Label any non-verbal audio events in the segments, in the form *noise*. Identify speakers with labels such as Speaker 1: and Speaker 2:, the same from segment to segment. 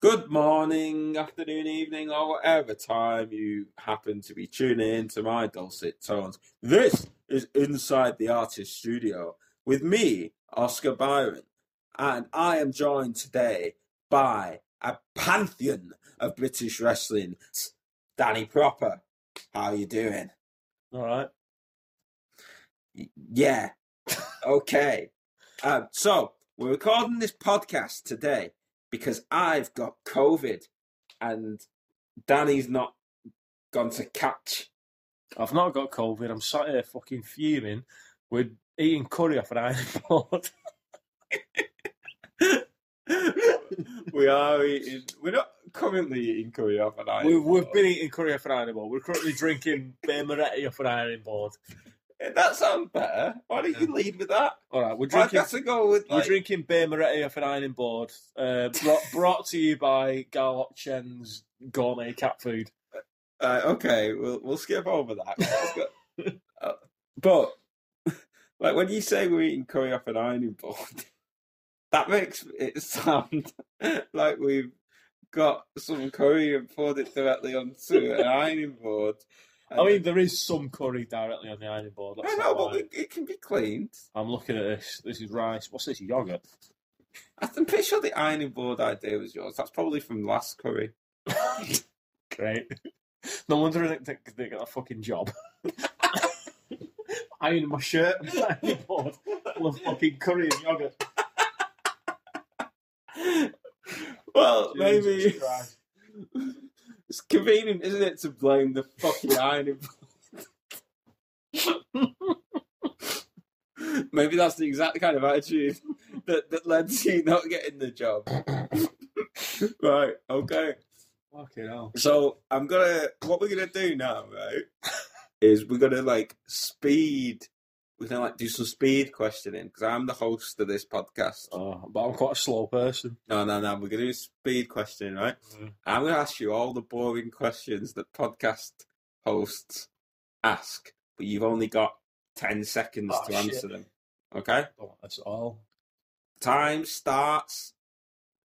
Speaker 1: Good morning, afternoon, evening, or whatever time you happen to be tuning in to my dulcet tones. This is Inside the Artist Studio with me, Oscar Byron, and I am joined today by a pantheon of British wrestling, Danny Proper. How you doing?
Speaker 2: All right.
Speaker 1: Y- Yeah, *laughs* okay. Um, so we're recording this podcast today because I've got COVID and Danny's not gone to catch.
Speaker 2: I've not got COVID. I'm sat here fucking fuming. We're eating curry off an iron *laughs* board.
Speaker 1: *laughs* we are eating. We're not currently eating curry off an iron.
Speaker 2: we've, we've
Speaker 1: board.
Speaker 2: been eating curry off an iron board. We're currently drinking beer moretti off an iron board.
Speaker 1: That sounds better. Why don't you
Speaker 2: Yeah.
Speaker 1: lead with that?
Speaker 2: All right, we're
Speaker 1: I've
Speaker 2: drinking.
Speaker 1: got to go with
Speaker 2: We're
Speaker 1: like,
Speaker 2: drinking beer moretti off an iron board. Uh, brought, brought to you by Garlock Chen's gourmet cat food.
Speaker 1: Uh, okay, we'll we'll skip over that. Let's go- Uh, but *laughs* like when you say we're eating curry off an ironing board, *laughs* that makes it sound *laughs* like we've got some curry and poured it directly onto
Speaker 2: *laughs*
Speaker 1: an ironing board.
Speaker 2: I mean, there is some curry directly on the iron board.
Speaker 1: I
Speaker 2: That's
Speaker 1: know,
Speaker 2: not
Speaker 1: but
Speaker 2: right.
Speaker 1: it, it can be cleaned.
Speaker 2: I'm looking at this. This is rice. What's this? Yogurt.
Speaker 1: I'm pretty sure the ironing board idea was yours. That's probably from last curry. *laughs*
Speaker 2: Great. *laughs* No wonder they, they, they got a fucking job. *laughs* Ironing my shirt and ironing board full of fucking curry and yogurt.
Speaker 1: well, *laughs*
Speaker 2: Jesus
Speaker 1: maybe
Speaker 2: Christ.
Speaker 1: it's convenient, isn't it, to blame the fucking ironing board? maybe that's the exact kind of attitude that, that led to you not getting the job. right, okay.
Speaker 2: Fucking hell.
Speaker 1: So I'm gonna what we're gonna do now, right? Is we're gonna like speed we're gonna like do some speed questioning because I'm the host of this podcast.
Speaker 2: Oh, but I'm quite a slow person.
Speaker 1: No, no, no. We're gonna do speed questioning, right? I'm going to ask you all the boring questions that podcast hosts ask, but you've only got 10 seconds
Speaker 2: Oh,
Speaker 1: to
Speaker 2: shit.
Speaker 1: answer them. Okay?
Speaker 2: Don't that's all.
Speaker 1: Time starts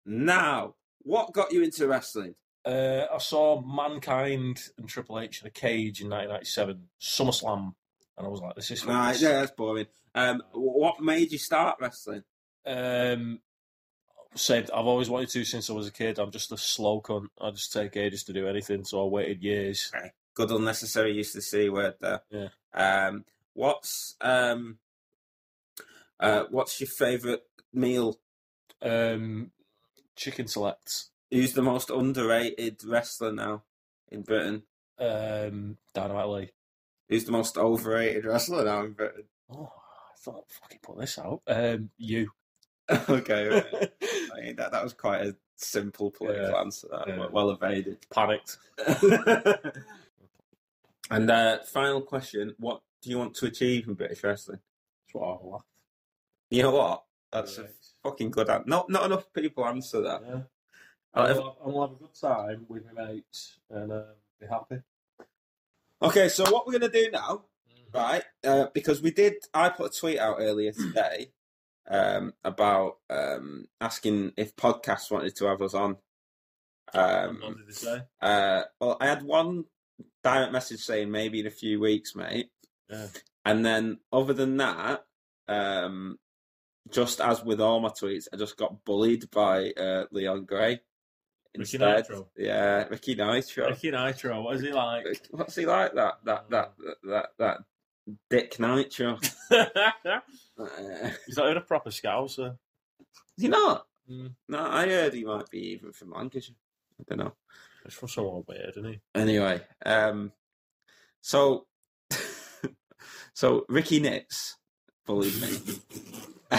Speaker 1: now. What got you into wrestling?
Speaker 2: Uh, I saw Mankind and Triple H in a cage in 1997, SummerSlam, and I was like, this is fucking
Speaker 1: Right, yeah, that's boring. Um, wh- what made you start wrestling?
Speaker 2: Um, said I've always wanted to since I was a kid. I'm just a slow cunt. I just take ages to do anything, so I waited years.
Speaker 1: Good unnecessary use of the C word there.
Speaker 2: Yeah.
Speaker 1: Um, what's um, uh, what's your favourite meal?
Speaker 2: Um, chicken selects.
Speaker 1: Who's the most underrated wrestler now in Britain?
Speaker 2: Um, Dynamite Lee.
Speaker 1: Who's the most overrated wrestler now in Britain?
Speaker 2: Oh, I thought I'd fucking put this out. Um, you.
Speaker 1: *laughs*
Speaker 2: *laughs*
Speaker 1: okay, right. I mean, that, that was quite a simple political
Speaker 2: Yeah,
Speaker 1: answer. That
Speaker 2: yeah.
Speaker 1: well
Speaker 2: *laughs*
Speaker 1: evaded.
Speaker 2: Panicked.
Speaker 1: and uh, final question: What do you want to achieve in British wrestling?
Speaker 2: That's what I laugh.
Speaker 1: You know what? That's a fucking good answer. Not not enough people answer that.
Speaker 2: Yeah.
Speaker 1: Uh, if-
Speaker 2: I'll, I'll have a good time with my mates and um, be happy.
Speaker 1: okay, so what we're gonna do now, right? Uh, because we did, I put a tweet out
Speaker 2: *clears throat*
Speaker 1: earlier today um, about um, asking if podcasts wanted to have us on. Um,
Speaker 2: What did they say?
Speaker 1: Uh, well, I had one direct message saying maybe in a few weeks, mate.
Speaker 2: Yeah.
Speaker 1: And then, other than that, um, just as with all my tweets, I just got bullied by uh, Leon Gray.
Speaker 2: Ricky
Speaker 1: Instead,
Speaker 2: Nitro.
Speaker 1: yeah, Ricky Nitro.
Speaker 2: Ricky Oh. Nitro, what is *laughs* he like?
Speaker 1: What's he like? That that that that that, Dick
Speaker 2: *laughs*
Speaker 1: Nitro.
Speaker 2: He's
Speaker 1: Uh,
Speaker 2: not even a proper scouser.
Speaker 1: is he not?
Speaker 2: Mm.
Speaker 1: No, I heard he might be even from Lancashire. I don't know.
Speaker 2: It's from somewhere weird, isn't he?
Speaker 1: Anyway, um, so *laughs* so Ricky Nitz, believe me,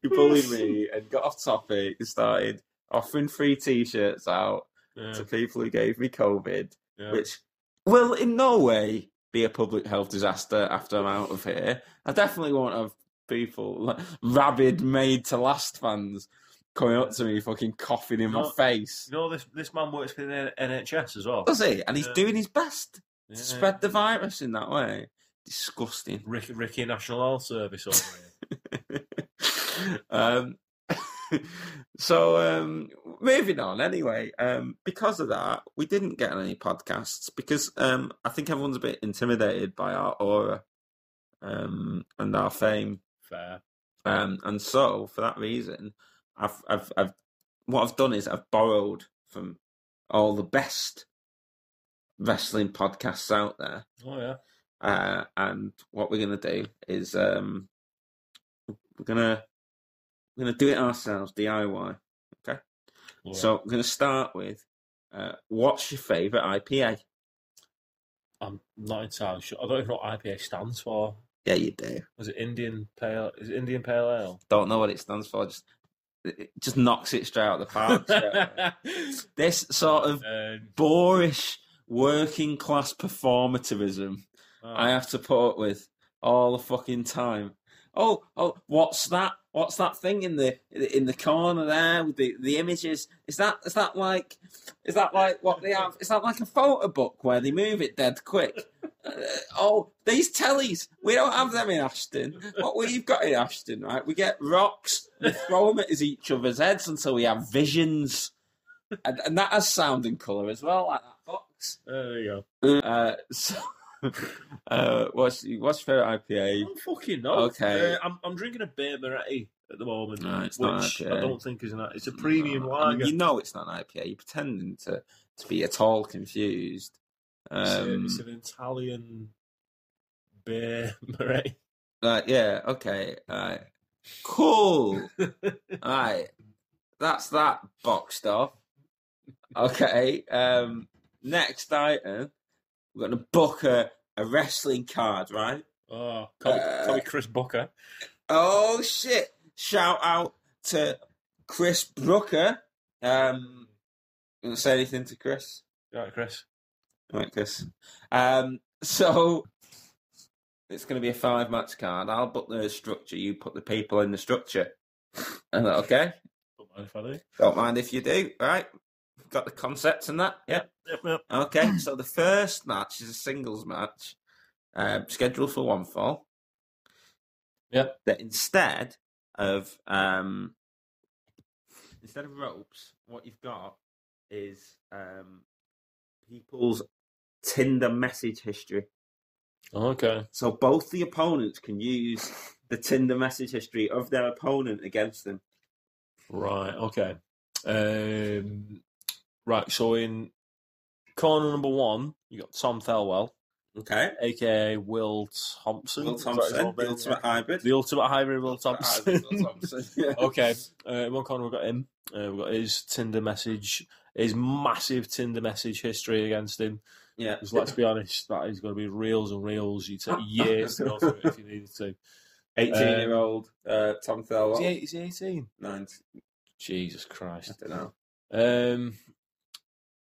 Speaker 1: he bullied me and got off topic and started offering free T-shirts out
Speaker 2: Yeah,
Speaker 1: to people who gave me COVID,
Speaker 2: yeah.
Speaker 1: which will in no way be a public health disaster after I'm out of here. I definitely won't have people like, rabid made to last fans coming up to me fucking coughing in my
Speaker 2: No.
Speaker 1: face.
Speaker 2: You know, this this man works for the NHS as well.
Speaker 1: does he? And he's
Speaker 2: Yeah.
Speaker 1: doing his best
Speaker 2: Yeah.
Speaker 1: to spread the virus in that way. Disgusting. *laughs*
Speaker 2: Ricky, Ricky National Health Service over here.
Speaker 1: um, *laughs* so um, moving on anyway um, because of that we didn't get any podcasts because um, i think everyone's a bit intimidated by our aura um, and our fame
Speaker 2: Fair.
Speaker 1: um, and so for that reason I've, I've, I've what i've done is i've borrowed from all the best wrestling podcasts out there
Speaker 2: Oh yeah.
Speaker 1: uh, and what we're gonna do is um, we're gonna we're gonna do it ourselves DIY.
Speaker 2: Yeah.
Speaker 1: So we're gonna start with uh, what's your favourite IPA?
Speaker 2: I'm not entirely sure. I don't even know what IPA stands for.
Speaker 1: Yeah, you do.
Speaker 2: Was it Indian Pale? Is it Indian Pale
Speaker 1: *laughs*
Speaker 2: Ale?
Speaker 1: Don't know what it stands for. Just it it just knocks it straight out of the park. straight *laughs* away. this sort of
Speaker 2: Um,
Speaker 1: boorish working class performativism
Speaker 2: oh,
Speaker 1: I have to put up with all the fucking time. Oh, oh, what's that? What's that thing in the in the corner there with the, the images? Is that is that like is that like what they have? Is that like a photo book where they move it dead quick? Uh, oh, these tellies we don't have them in Ashton. What we've got in Ashton, right? We get rocks, we throw them at his- each other's heads until we have visions, and, and that has sound and colour as well, like that box.
Speaker 2: there you go.
Speaker 1: Uh, so, *laughs* uh, what's what's your favorite
Speaker 2: I
Speaker 1: IPA?
Speaker 2: don't fucking know.
Speaker 1: Okay.
Speaker 2: Uh, I'm, I'm drinking a beer Moretti at the moment,
Speaker 1: No, it's
Speaker 2: which
Speaker 1: not IPA.
Speaker 2: I don't think is an. It's a premium
Speaker 1: Uh, I mean,
Speaker 2: lager.
Speaker 1: you know it's not an IPA. You're pretending to to be at all confused.
Speaker 2: It's a-
Speaker 1: Um,
Speaker 2: it's an Italian beer *laughs* Moretti.
Speaker 1: like, yeah, okay, alright,
Speaker 2: *laughs*
Speaker 1: cool. Alright, that's that boxed off. Okay, um, next item, we're gonna book a, a wrestling card, right?
Speaker 2: Oh, call, me-
Speaker 1: Uh,
Speaker 2: call me Chris Booker.
Speaker 1: Oh shit! Shout out to Chris Brooker. Um, you wanna say anything to Chris?
Speaker 2: Right, Chris.
Speaker 1: Right, Chris. Um, so it's going to be a five-match card. I'll put the structure. You put the people in the structure. And okay,
Speaker 2: Don't mind if I do.
Speaker 1: don't mind if you do. Right, got the concepts and that. Yep.
Speaker 2: Yep, yep.
Speaker 1: Okay, so the first match is a singles match, um, scheduled for one fall.
Speaker 2: Yep.
Speaker 1: That instead of um, instead of ropes, what you've got is um, people's Tinder message history.
Speaker 2: Okay.
Speaker 1: So both the opponents can use the Tinder message history of their opponent against them.
Speaker 2: Right. Okay. Um, right. So in corner number one, you got Tom Thelwell,
Speaker 1: Okay.
Speaker 2: aka Will Thompson.
Speaker 1: Will
Speaker 2: Is that his
Speaker 1: Thompson,
Speaker 2: old
Speaker 1: the
Speaker 2: name?
Speaker 1: ultimate hybrid.
Speaker 2: The ultimate hybrid Will Thompson.
Speaker 1: Will Thompson, yeah.
Speaker 2: *laughs* okay. Uh, in one corner, we've got him. Uh, we've got his Tinder message, his massive Tinder message history against him.
Speaker 1: *laughs* Yeah.
Speaker 2: 'Cause let's be honest, that is going to be reels and reels. You take years to go through it if you needed to.
Speaker 1: 18 year old uh, Tom
Speaker 2: Is he,
Speaker 1: Thirlwell.
Speaker 2: eight- is he 18?
Speaker 1: 90,
Speaker 2: Jesus
Speaker 1: I
Speaker 2: Christ.
Speaker 1: don't know.
Speaker 2: Um,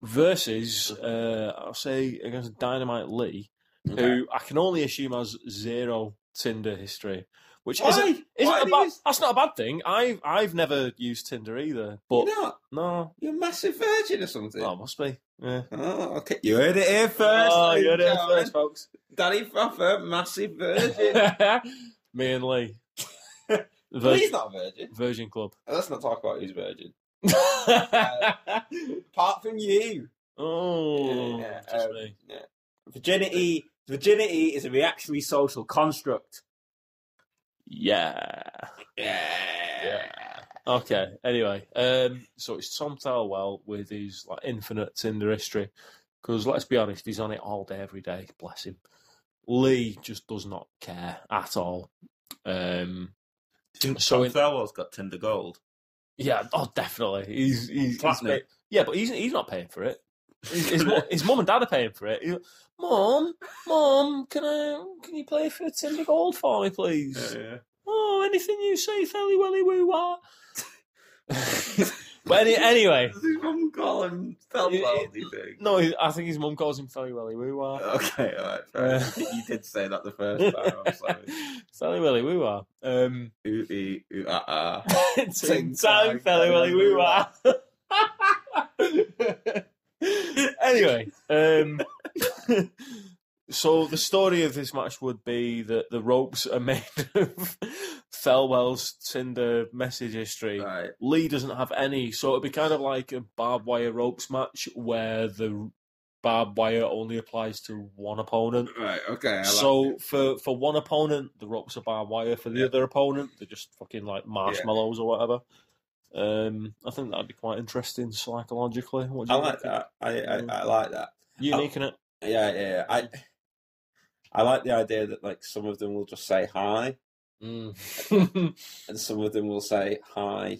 Speaker 2: versus, uh, I'll say against Dynamite Lee, who I can only assume has zero Tinder history, which isn't,
Speaker 1: Why?
Speaker 2: isn't
Speaker 1: Why
Speaker 2: a
Speaker 1: do
Speaker 2: bad,
Speaker 1: you-
Speaker 2: that's not a bad thing. I've I've never used Tinder either, but
Speaker 1: You're not.
Speaker 2: no,
Speaker 1: You're a massive virgin or something.
Speaker 2: that must be. Yeah.
Speaker 1: Oh, okay. You heard it here first.
Speaker 2: oh,
Speaker 1: ladies
Speaker 2: you're
Speaker 1: and
Speaker 2: there
Speaker 1: gentlemen.
Speaker 2: first, folks.
Speaker 1: Danny Proper, massive *laughs* virgin.
Speaker 2: *laughs* Me
Speaker 1: *laughs*
Speaker 2: and Lee.
Speaker 1: Well,
Speaker 2: Vir-
Speaker 1: he's not a virgin. *laughs*
Speaker 2: Virgin Club.
Speaker 1: Let's not talk about who's virgin. *laughs* Apart from you.
Speaker 2: *laughs* oh,
Speaker 1: Uh, Yeah,
Speaker 2: just
Speaker 1: um,
Speaker 2: me.
Speaker 1: Virginity virginity is a reactionary social construct.
Speaker 2: Yeah.
Speaker 1: Yeah.
Speaker 2: Okay. Anyway, um, so it's Tom Thalwell with his like infinite Tinder history, because let's be honest, he's on it all day, every day. Bless him. Lee just does not care at all. Um, So in-
Speaker 1: Thirlwell's got Tinder Gold.
Speaker 2: yeah, oh, definitely. He's he's, he's
Speaker 1: Platinum.
Speaker 2: pay- yeah, but he's he's not paying for it. His, his, mu- his mum and dad are paying for it. He- Mom, mom, can I can you play for Tinder Gold for me, please?
Speaker 1: Uh.
Speaker 2: Oh, anything you say, fairly welly woo wah. but
Speaker 1: *laughs*
Speaker 2: any, anyway,
Speaker 1: Does his mum call him Thirlwell, do you think?
Speaker 2: no, I think his mum calls him fairly welly woo wah. *laughs*
Speaker 1: Okay, alright. fair enough. You did say that the first time. I'm sorry.
Speaker 2: Fairly welly woo wah. Um,
Speaker 1: Ooh, ee, ooh, ah, ah.
Speaker 2: ting
Speaker 1: Ting
Speaker 2: tang,
Speaker 1: tang,
Speaker 2: fairly welly woo wah.
Speaker 1: fella
Speaker 2: anyway, um, So the story of this match would be that the ropes are made *laughs* of Felwell's Tinder message history.
Speaker 1: Right.
Speaker 2: Lee doesn't have any, so it'd be kind of like a barbed wire ropes match where the barbed wire only applies to one opponent.
Speaker 1: Right. Okay. I like
Speaker 2: so for, for one opponent, the ropes are barbed wire. For the
Speaker 1: Yeah.
Speaker 2: other opponent, they're just fucking like marshmallows or whatever. Um, I think that'd be quite interesting psychologically. What do
Speaker 1: I
Speaker 2: you
Speaker 1: like
Speaker 2: reckon?
Speaker 1: that. I, I,
Speaker 2: Mm.
Speaker 1: I like that.
Speaker 2: Unique in it.
Speaker 1: Yeah, yeah. yeah. I I like the idea that like some of them will just say hi,
Speaker 2: Mm.
Speaker 1: and some of them will say hi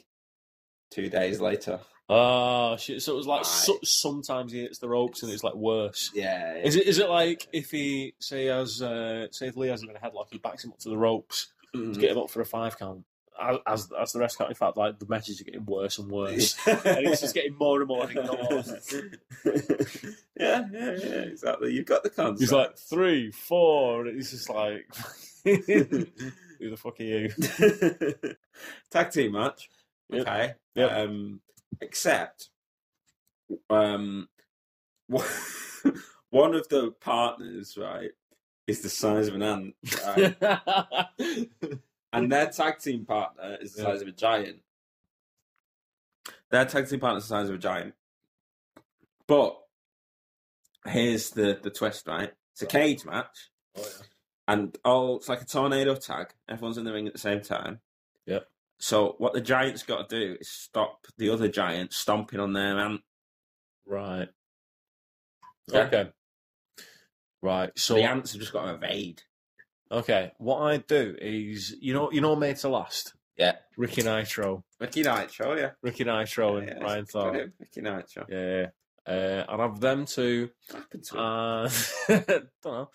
Speaker 1: two days later.
Speaker 2: *laughs* Ah, shit. So it was like
Speaker 1: Right.
Speaker 2: so, sometimes he hits the ropes and it's like worse.
Speaker 1: Yeah. yeah.
Speaker 2: Is it is it like if he say as uh, say if Lee hasn't been a headlock, he backs him up to the ropes
Speaker 1: Mm.
Speaker 2: to get him up for a five count. As as, as the rest count, in fact, like the messages are getting worse and worse,
Speaker 1: *laughs*
Speaker 2: and it's just getting more and more ignored.
Speaker 1: yeah, yeah, yeah, exactly. You've got the concept.
Speaker 2: He's like three, four, and it's just like *laughs* who the fuck are you?
Speaker 1: *laughs* Tag team match.
Speaker 2: Yep.
Speaker 1: Okay.
Speaker 2: Yep.
Speaker 1: Um, except, um, *laughs* one of the partners, right, is the size of an ant,
Speaker 2: *laughs*
Speaker 1: right?
Speaker 2: Oh,
Speaker 1: and their tag team partner is the
Speaker 2: Yeah.
Speaker 1: size of a giant. Their tag team partner is the size of a giant. But here's the the twist, right? It's a cage match and all it's like a tornado tag. Everyone's in the ring at the same time.
Speaker 2: Yep.
Speaker 1: So what the giant's got to do is stop the other giant stomping on their ant.
Speaker 2: Right.
Speaker 1: Yeah.
Speaker 2: Okay. Right.
Speaker 1: So
Speaker 2: So
Speaker 1: the ants have just got to evade.
Speaker 2: Okay, what I do is, you know, you know, made to last.
Speaker 1: Yeah.
Speaker 2: Ricky Nitro,
Speaker 1: Ricky Nitro, yeah.
Speaker 2: Ricky Nitro, and
Speaker 1: Yeah, yeah,
Speaker 2: Ryan
Speaker 1: Got
Speaker 2: Thorne.
Speaker 1: him. Ricky Nitro.
Speaker 2: Yeah, yeah. Uh, I'd have them two.
Speaker 1: What happened to him?
Speaker 2: Uh, *laughs* don't know.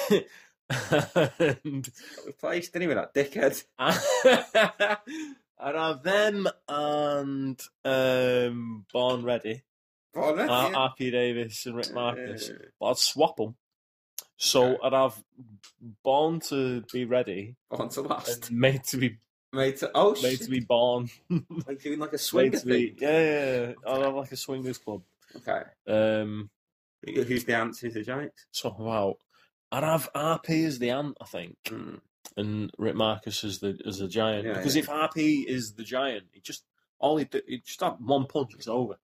Speaker 2: *laughs* and
Speaker 1: got replaced anyway, that dickhead. *laughs*
Speaker 2: *laughs* I'd have them and um, Born Ready,
Speaker 1: Oh, that's
Speaker 2: uh,
Speaker 1: it.
Speaker 2: RP Davis and Rick Marcus.
Speaker 1: Uh,
Speaker 2: But I'd swap them. So I'd have Born to be ready
Speaker 1: On to
Speaker 2: and
Speaker 1: last.
Speaker 2: made to be
Speaker 1: Made to oh
Speaker 2: made
Speaker 1: shade. *laughs*
Speaker 2: to be born.
Speaker 1: like doing like a
Speaker 2: Made
Speaker 1: swinger
Speaker 2: to be,
Speaker 1: thing.
Speaker 2: yeah, yeah, yeah. I'll have like a swingers club.
Speaker 1: Okay.
Speaker 2: Um,
Speaker 1: Who's the ants? Who's the giants?
Speaker 2: talk about. I'd have RP as the ant, I think,
Speaker 1: Mm.
Speaker 2: and Rick Marcus as the as the giant.
Speaker 1: Yeah,
Speaker 2: because
Speaker 1: yeah.
Speaker 2: if RP is the giant, he just all he do, he just have one punch, it's over.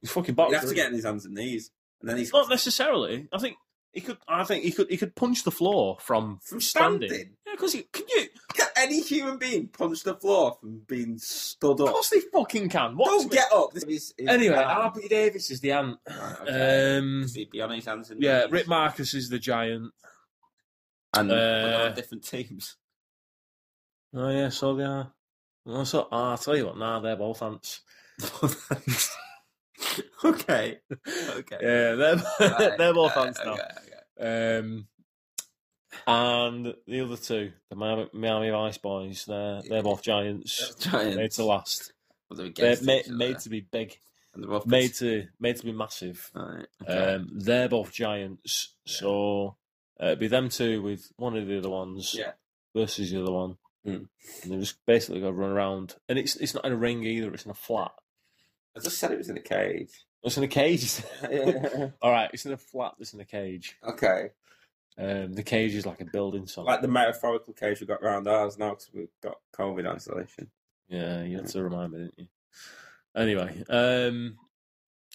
Speaker 2: He's fucking
Speaker 1: You
Speaker 2: boxing.
Speaker 1: have to get on his hands and knees, and then he's
Speaker 2: Not necessarily. I think he could. I think he could. He could punch the floor from
Speaker 1: from
Speaker 2: standing.
Speaker 1: standing.
Speaker 2: Yeah, because he can you.
Speaker 1: Can any human being punch the floor from being stood
Speaker 2: Of
Speaker 1: up?
Speaker 2: course, they fucking can. What
Speaker 1: Don't get up. This is, is
Speaker 2: anyway.
Speaker 1: bad.
Speaker 2: RP Davis is the ant.
Speaker 1: Right, okay.
Speaker 2: Um,
Speaker 1: He'd be on his hands and
Speaker 2: Yeah,
Speaker 1: knees.
Speaker 2: Rick Marcus is the giant.
Speaker 1: and
Speaker 2: uh,
Speaker 1: on different teams. *laughs*
Speaker 2: Oh yeah, so they are. Oh, so ah, I'll tell you what, nah, they're both ants. *laughs*
Speaker 1: okay, okay.
Speaker 2: Yeah, *laughs* they're
Speaker 1: Right,
Speaker 2: they're both
Speaker 1: uh,
Speaker 2: ants now.
Speaker 1: okay, okay.
Speaker 2: Um, and the other two, the Miami, Miami Vice boys, they're they're both giants.
Speaker 1: Giants.
Speaker 2: Made to last.
Speaker 1: Well, they're
Speaker 2: They're
Speaker 1: against
Speaker 2: ma-
Speaker 1: each other,
Speaker 2: made to be big.
Speaker 1: and they're both
Speaker 2: Made to made to be massive.
Speaker 1: Right, okay.
Speaker 2: Um, they're both giants. So uh, it'd be them two with one of the other ones
Speaker 1: Yeah.
Speaker 2: versus the other one,
Speaker 1: Hmm.
Speaker 2: and they just basically go run around. And it's it's not in a ring either; it's in a flat.
Speaker 1: I just said it was in a
Speaker 2: *laughs*
Speaker 1: cage. *laughs*
Speaker 2: It's in a cage. *laughs* All right, it's in a flat. It's in a cage.
Speaker 1: okay,
Speaker 2: Um, the cage is like a building. So
Speaker 1: like the metaphorical cage we got round ours now because we've got COVID isolation.
Speaker 2: yeah, you had to remind me, didn't you? Anyway, um,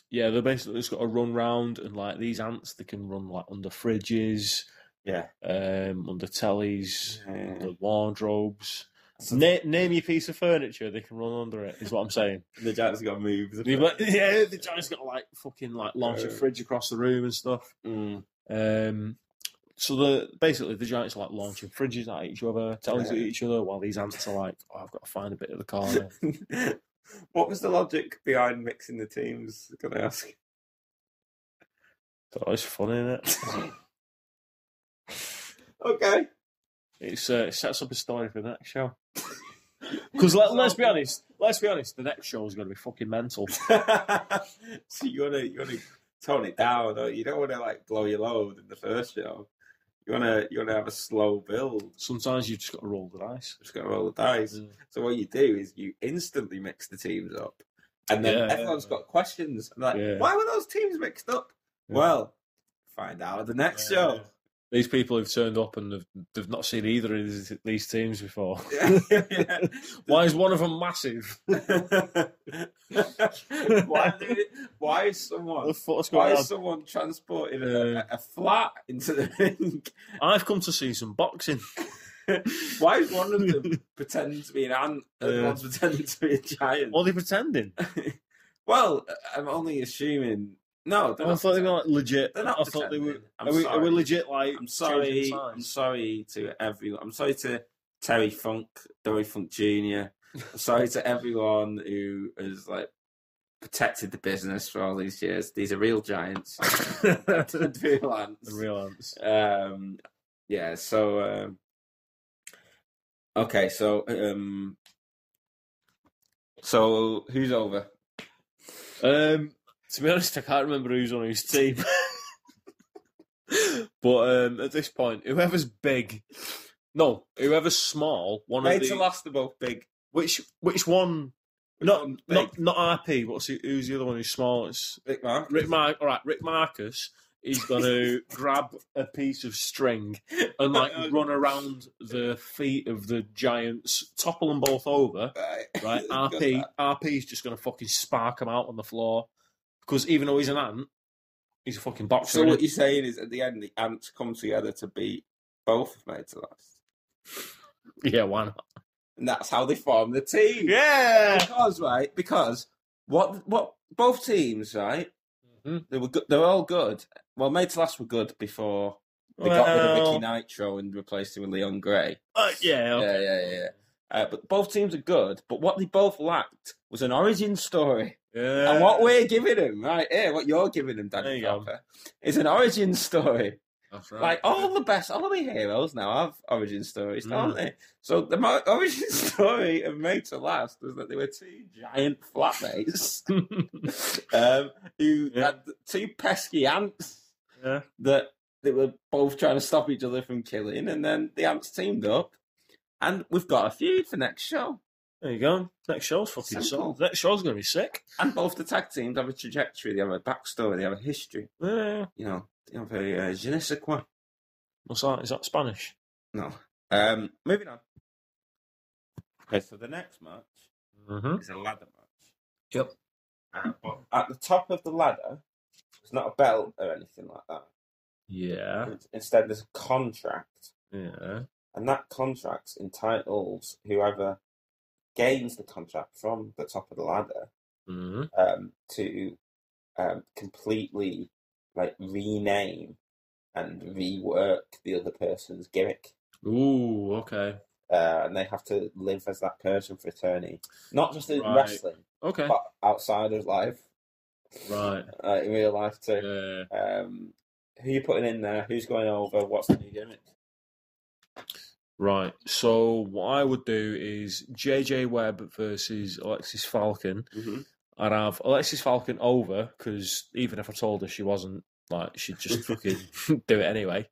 Speaker 2: yeah, they're basically just got to run round and like these ants, they can run like under fridges,
Speaker 1: Yeah.
Speaker 2: um, under tellies,
Speaker 1: Yeah.
Speaker 2: under wardrobes.
Speaker 1: So
Speaker 2: Na- name your piece of furniture, they can run under it. Is what I'm saying.
Speaker 1: *laughs* the giants got moved.
Speaker 2: They- but, *laughs* yeah, the giant's got to like fucking like launch a fridge across the room and stuff.
Speaker 1: Mm.
Speaker 2: Um, so the basically the giants are like launching fridges at each other, telling to
Speaker 1: Yeah.
Speaker 2: each other, while these ants are like, oh, "I've got to find a bit of
Speaker 1: *laughs*
Speaker 2: the corner."
Speaker 1: Mm. what was the logic behind mixing the teams? Can I ask?
Speaker 2: so it's funny, is it?
Speaker 1: *laughs* Okay. *laughs*
Speaker 2: It's uh, it sets up a story for the next show. *laughs* Because let, let's be honest, let's be honest, the next show is going to be fucking mental.
Speaker 1: so you wanna you wanna tone it down. Don't you? you don't wanna like blow your load in the first show. You wanna you wanna have a slow build.
Speaker 2: Sometimes you just got to roll the dice.
Speaker 1: Just gotta roll the
Speaker 2: Mm.
Speaker 1: dice. So what you do is you instantly mix the teams up, and then
Speaker 2: Yeah.
Speaker 1: everyone's got questions. And like,
Speaker 2: Yeah.
Speaker 1: why were those teams mixed up?
Speaker 2: Yeah.
Speaker 1: Well, Find out at the next show.
Speaker 2: These people who've turned up and they've, they've not seen either of these, these teams
Speaker 1: *laughs*
Speaker 2: before.
Speaker 1: Yeah.
Speaker 2: Why is one of them massive?
Speaker 1: why, did- why is someone
Speaker 2: fuck's
Speaker 1: why is someone transporting a, a flat into the ring?
Speaker 2: I've come to see
Speaker 1: *laughs*
Speaker 2: some boxing.
Speaker 1: Why is one of them
Speaker 2: *laughs*
Speaker 1: pretending to be an ant and
Speaker 2: Yeah.
Speaker 1: one's pretending to be a giant?
Speaker 2: What are they pretending?
Speaker 1: Well, I'm only assuming. No, they're
Speaker 2: I
Speaker 1: not
Speaker 2: thought they were
Speaker 1: pretending.
Speaker 2: like legit.
Speaker 1: They're not
Speaker 2: I thought they were.
Speaker 1: pretending. I'm
Speaker 2: are, we, are
Speaker 1: sorry.
Speaker 2: we legit? Like
Speaker 1: I'm sorry.
Speaker 2: changing
Speaker 1: I'm
Speaker 2: size?
Speaker 1: sorry to everyone. I'm sorry to Terry Funk, Dory Funk Jr. I'm sorry to everyone who has like protected the business for all these years. These are real
Speaker 2: *laughs*
Speaker 1: giants. *laughs*
Speaker 2: the
Speaker 1: Real ants.
Speaker 2: real answer.
Speaker 1: Um, yeah. So um, okay. So um, so who's over?
Speaker 2: Um, to be honest, I can't remember who's on whose team. *laughs* but um, at this point, whoever's big, no, whoever's small, one
Speaker 1: Wait
Speaker 2: of the
Speaker 1: till after both big.
Speaker 2: which which one?
Speaker 1: Which
Speaker 2: not
Speaker 1: one's big?
Speaker 2: not not RP. What's the, who's the other one who's small? It's
Speaker 1: Big man.
Speaker 2: Rick Mar- All right, Rick Marcus. He's
Speaker 1: *laughs*
Speaker 2: going to grab a piece of string and like run around the feet of the giants, topple them both over,
Speaker 1: Right. *laughs*
Speaker 2: right?
Speaker 1: Got
Speaker 2: RP
Speaker 1: that.
Speaker 2: RP's just gonna fucking spark him out on the floor because even though he's an ant, he's a fucking boxer.
Speaker 1: So
Speaker 2: innit?
Speaker 1: what you're saying is at the end the ants come together to beat both of Made to Last.
Speaker 2: yeah, why not?
Speaker 1: And that's how they form the team.
Speaker 2: Yeah.
Speaker 1: Because right, because what what both teams, right?
Speaker 2: Mhm.
Speaker 1: They were good, they were all good. Well, Made to Last were good before they got rid of Vicky Nitro and replaced him with Leon Gray.
Speaker 2: uh, yeah, okay.
Speaker 1: Yeah, yeah, yeah. Uh, but both teams are good, but what they both lacked was an origin story.
Speaker 2: yeah.
Speaker 1: and what we're giving them, right here, what you're giving them,
Speaker 2: There
Speaker 1: Danny
Speaker 2: you go.
Speaker 1: Cropper, is an origin story.
Speaker 2: That's right.
Speaker 1: Like oh!
Speaker 2: *laughs*
Speaker 1: all the best, all the heroes now have origin stories, don't
Speaker 2: Mm.
Speaker 1: they? So the mo- *laughs* origin story of Made to Last was that they were two giant flatmates *laughs* um, who
Speaker 2: Yeah.
Speaker 1: had two pesky ants
Speaker 2: yeah.
Speaker 1: that they were both trying to stop each other from killing, and then the ants teamed up, and we've got a feud for next show.
Speaker 2: There you go. Next show's fucking
Speaker 1: Simple.
Speaker 2: solved. Next show's gonna be sick.
Speaker 1: And both the tag teams have a trajectory, they have a backstory, they have a history.
Speaker 2: Yeah.
Speaker 1: You know, they have a uh, je ne sais quoi.
Speaker 2: What's that? Is that Spanish?
Speaker 1: No. Um, moving on. Okay, so the next match
Speaker 2: Mm-hmm.
Speaker 1: is a ladder match.
Speaker 2: Yep.
Speaker 1: Uh, but at the top of the ladder, it's not a belt or anything like that.
Speaker 2: Yeah.
Speaker 1: It's- Instead, there's a contract,
Speaker 2: Yeah.
Speaker 1: and that contract entitles whoever gains the contract from the top of the ladder
Speaker 2: Mm-hmm.
Speaker 1: um, to um, completely like rename and rework the other person's gimmick.
Speaker 2: Ooh. Okay.
Speaker 1: uh, and they have to live as that person for eternity. Not just in
Speaker 2: Right.
Speaker 1: wrestling,
Speaker 2: Okay.
Speaker 1: but outside of life,
Speaker 2: Right.
Speaker 1: uh, in real life too.
Speaker 2: Yeah.
Speaker 1: Um, who you putting in there? Who's going over? What's the new gimmick?
Speaker 2: Right. So what I would do is JJ Webb versus Alexis Falcon. I'd have Alexis Falcon over because even if I told her she wasn't, like she'd just fucking *laughs* do it anyway.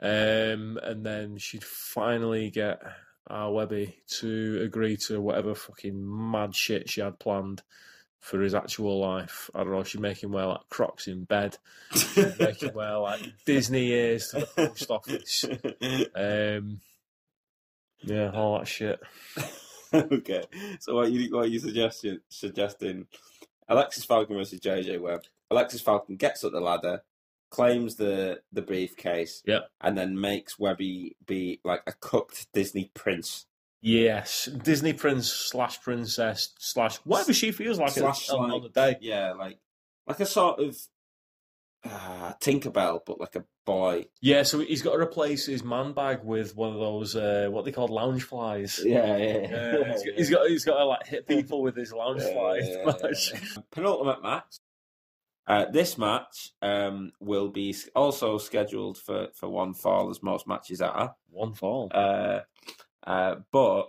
Speaker 2: Um, and then she'd finally get our Webby to agree to whatever fucking mad shit she had planned for his actual life. I don't know. She'd make him wear like Crocs in bed,
Speaker 1: Mm-hmm. *laughs*
Speaker 2: make him wear like Disney ears to the post office. Um, yeah, all that shit.
Speaker 1: okay, so what you what are you suggesting? Suggesting Alexis Falcon versus JJ Webb. Alexis Falcon gets up the ladder, claims the the briefcase,
Speaker 2: Yep.
Speaker 1: and then makes Webby be like a cooked Disney prince.
Speaker 2: Yes, Disney prince slash princess slash whatever she feels like,
Speaker 1: Slash,
Speaker 2: on,
Speaker 1: like-
Speaker 2: on the day.
Speaker 1: yeah, like like a sort of uh, Tinkerbell, but like a boy.
Speaker 2: Yeah, so he's got to replace his man bag with one of those uh, what they called lounge flies.
Speaker 1: Yeah,
Speaker 2: Uh, *laughs* he's got- he's got he's got to like hit people with his lounge fly. *laughs*
Speaker 1: *laughs* Penultimate match. Uh, this match um, will be s- also scheduled for, for one fall, as most matches are.
Speaker 2: One fall.
Speaker 1: Uh, uh, but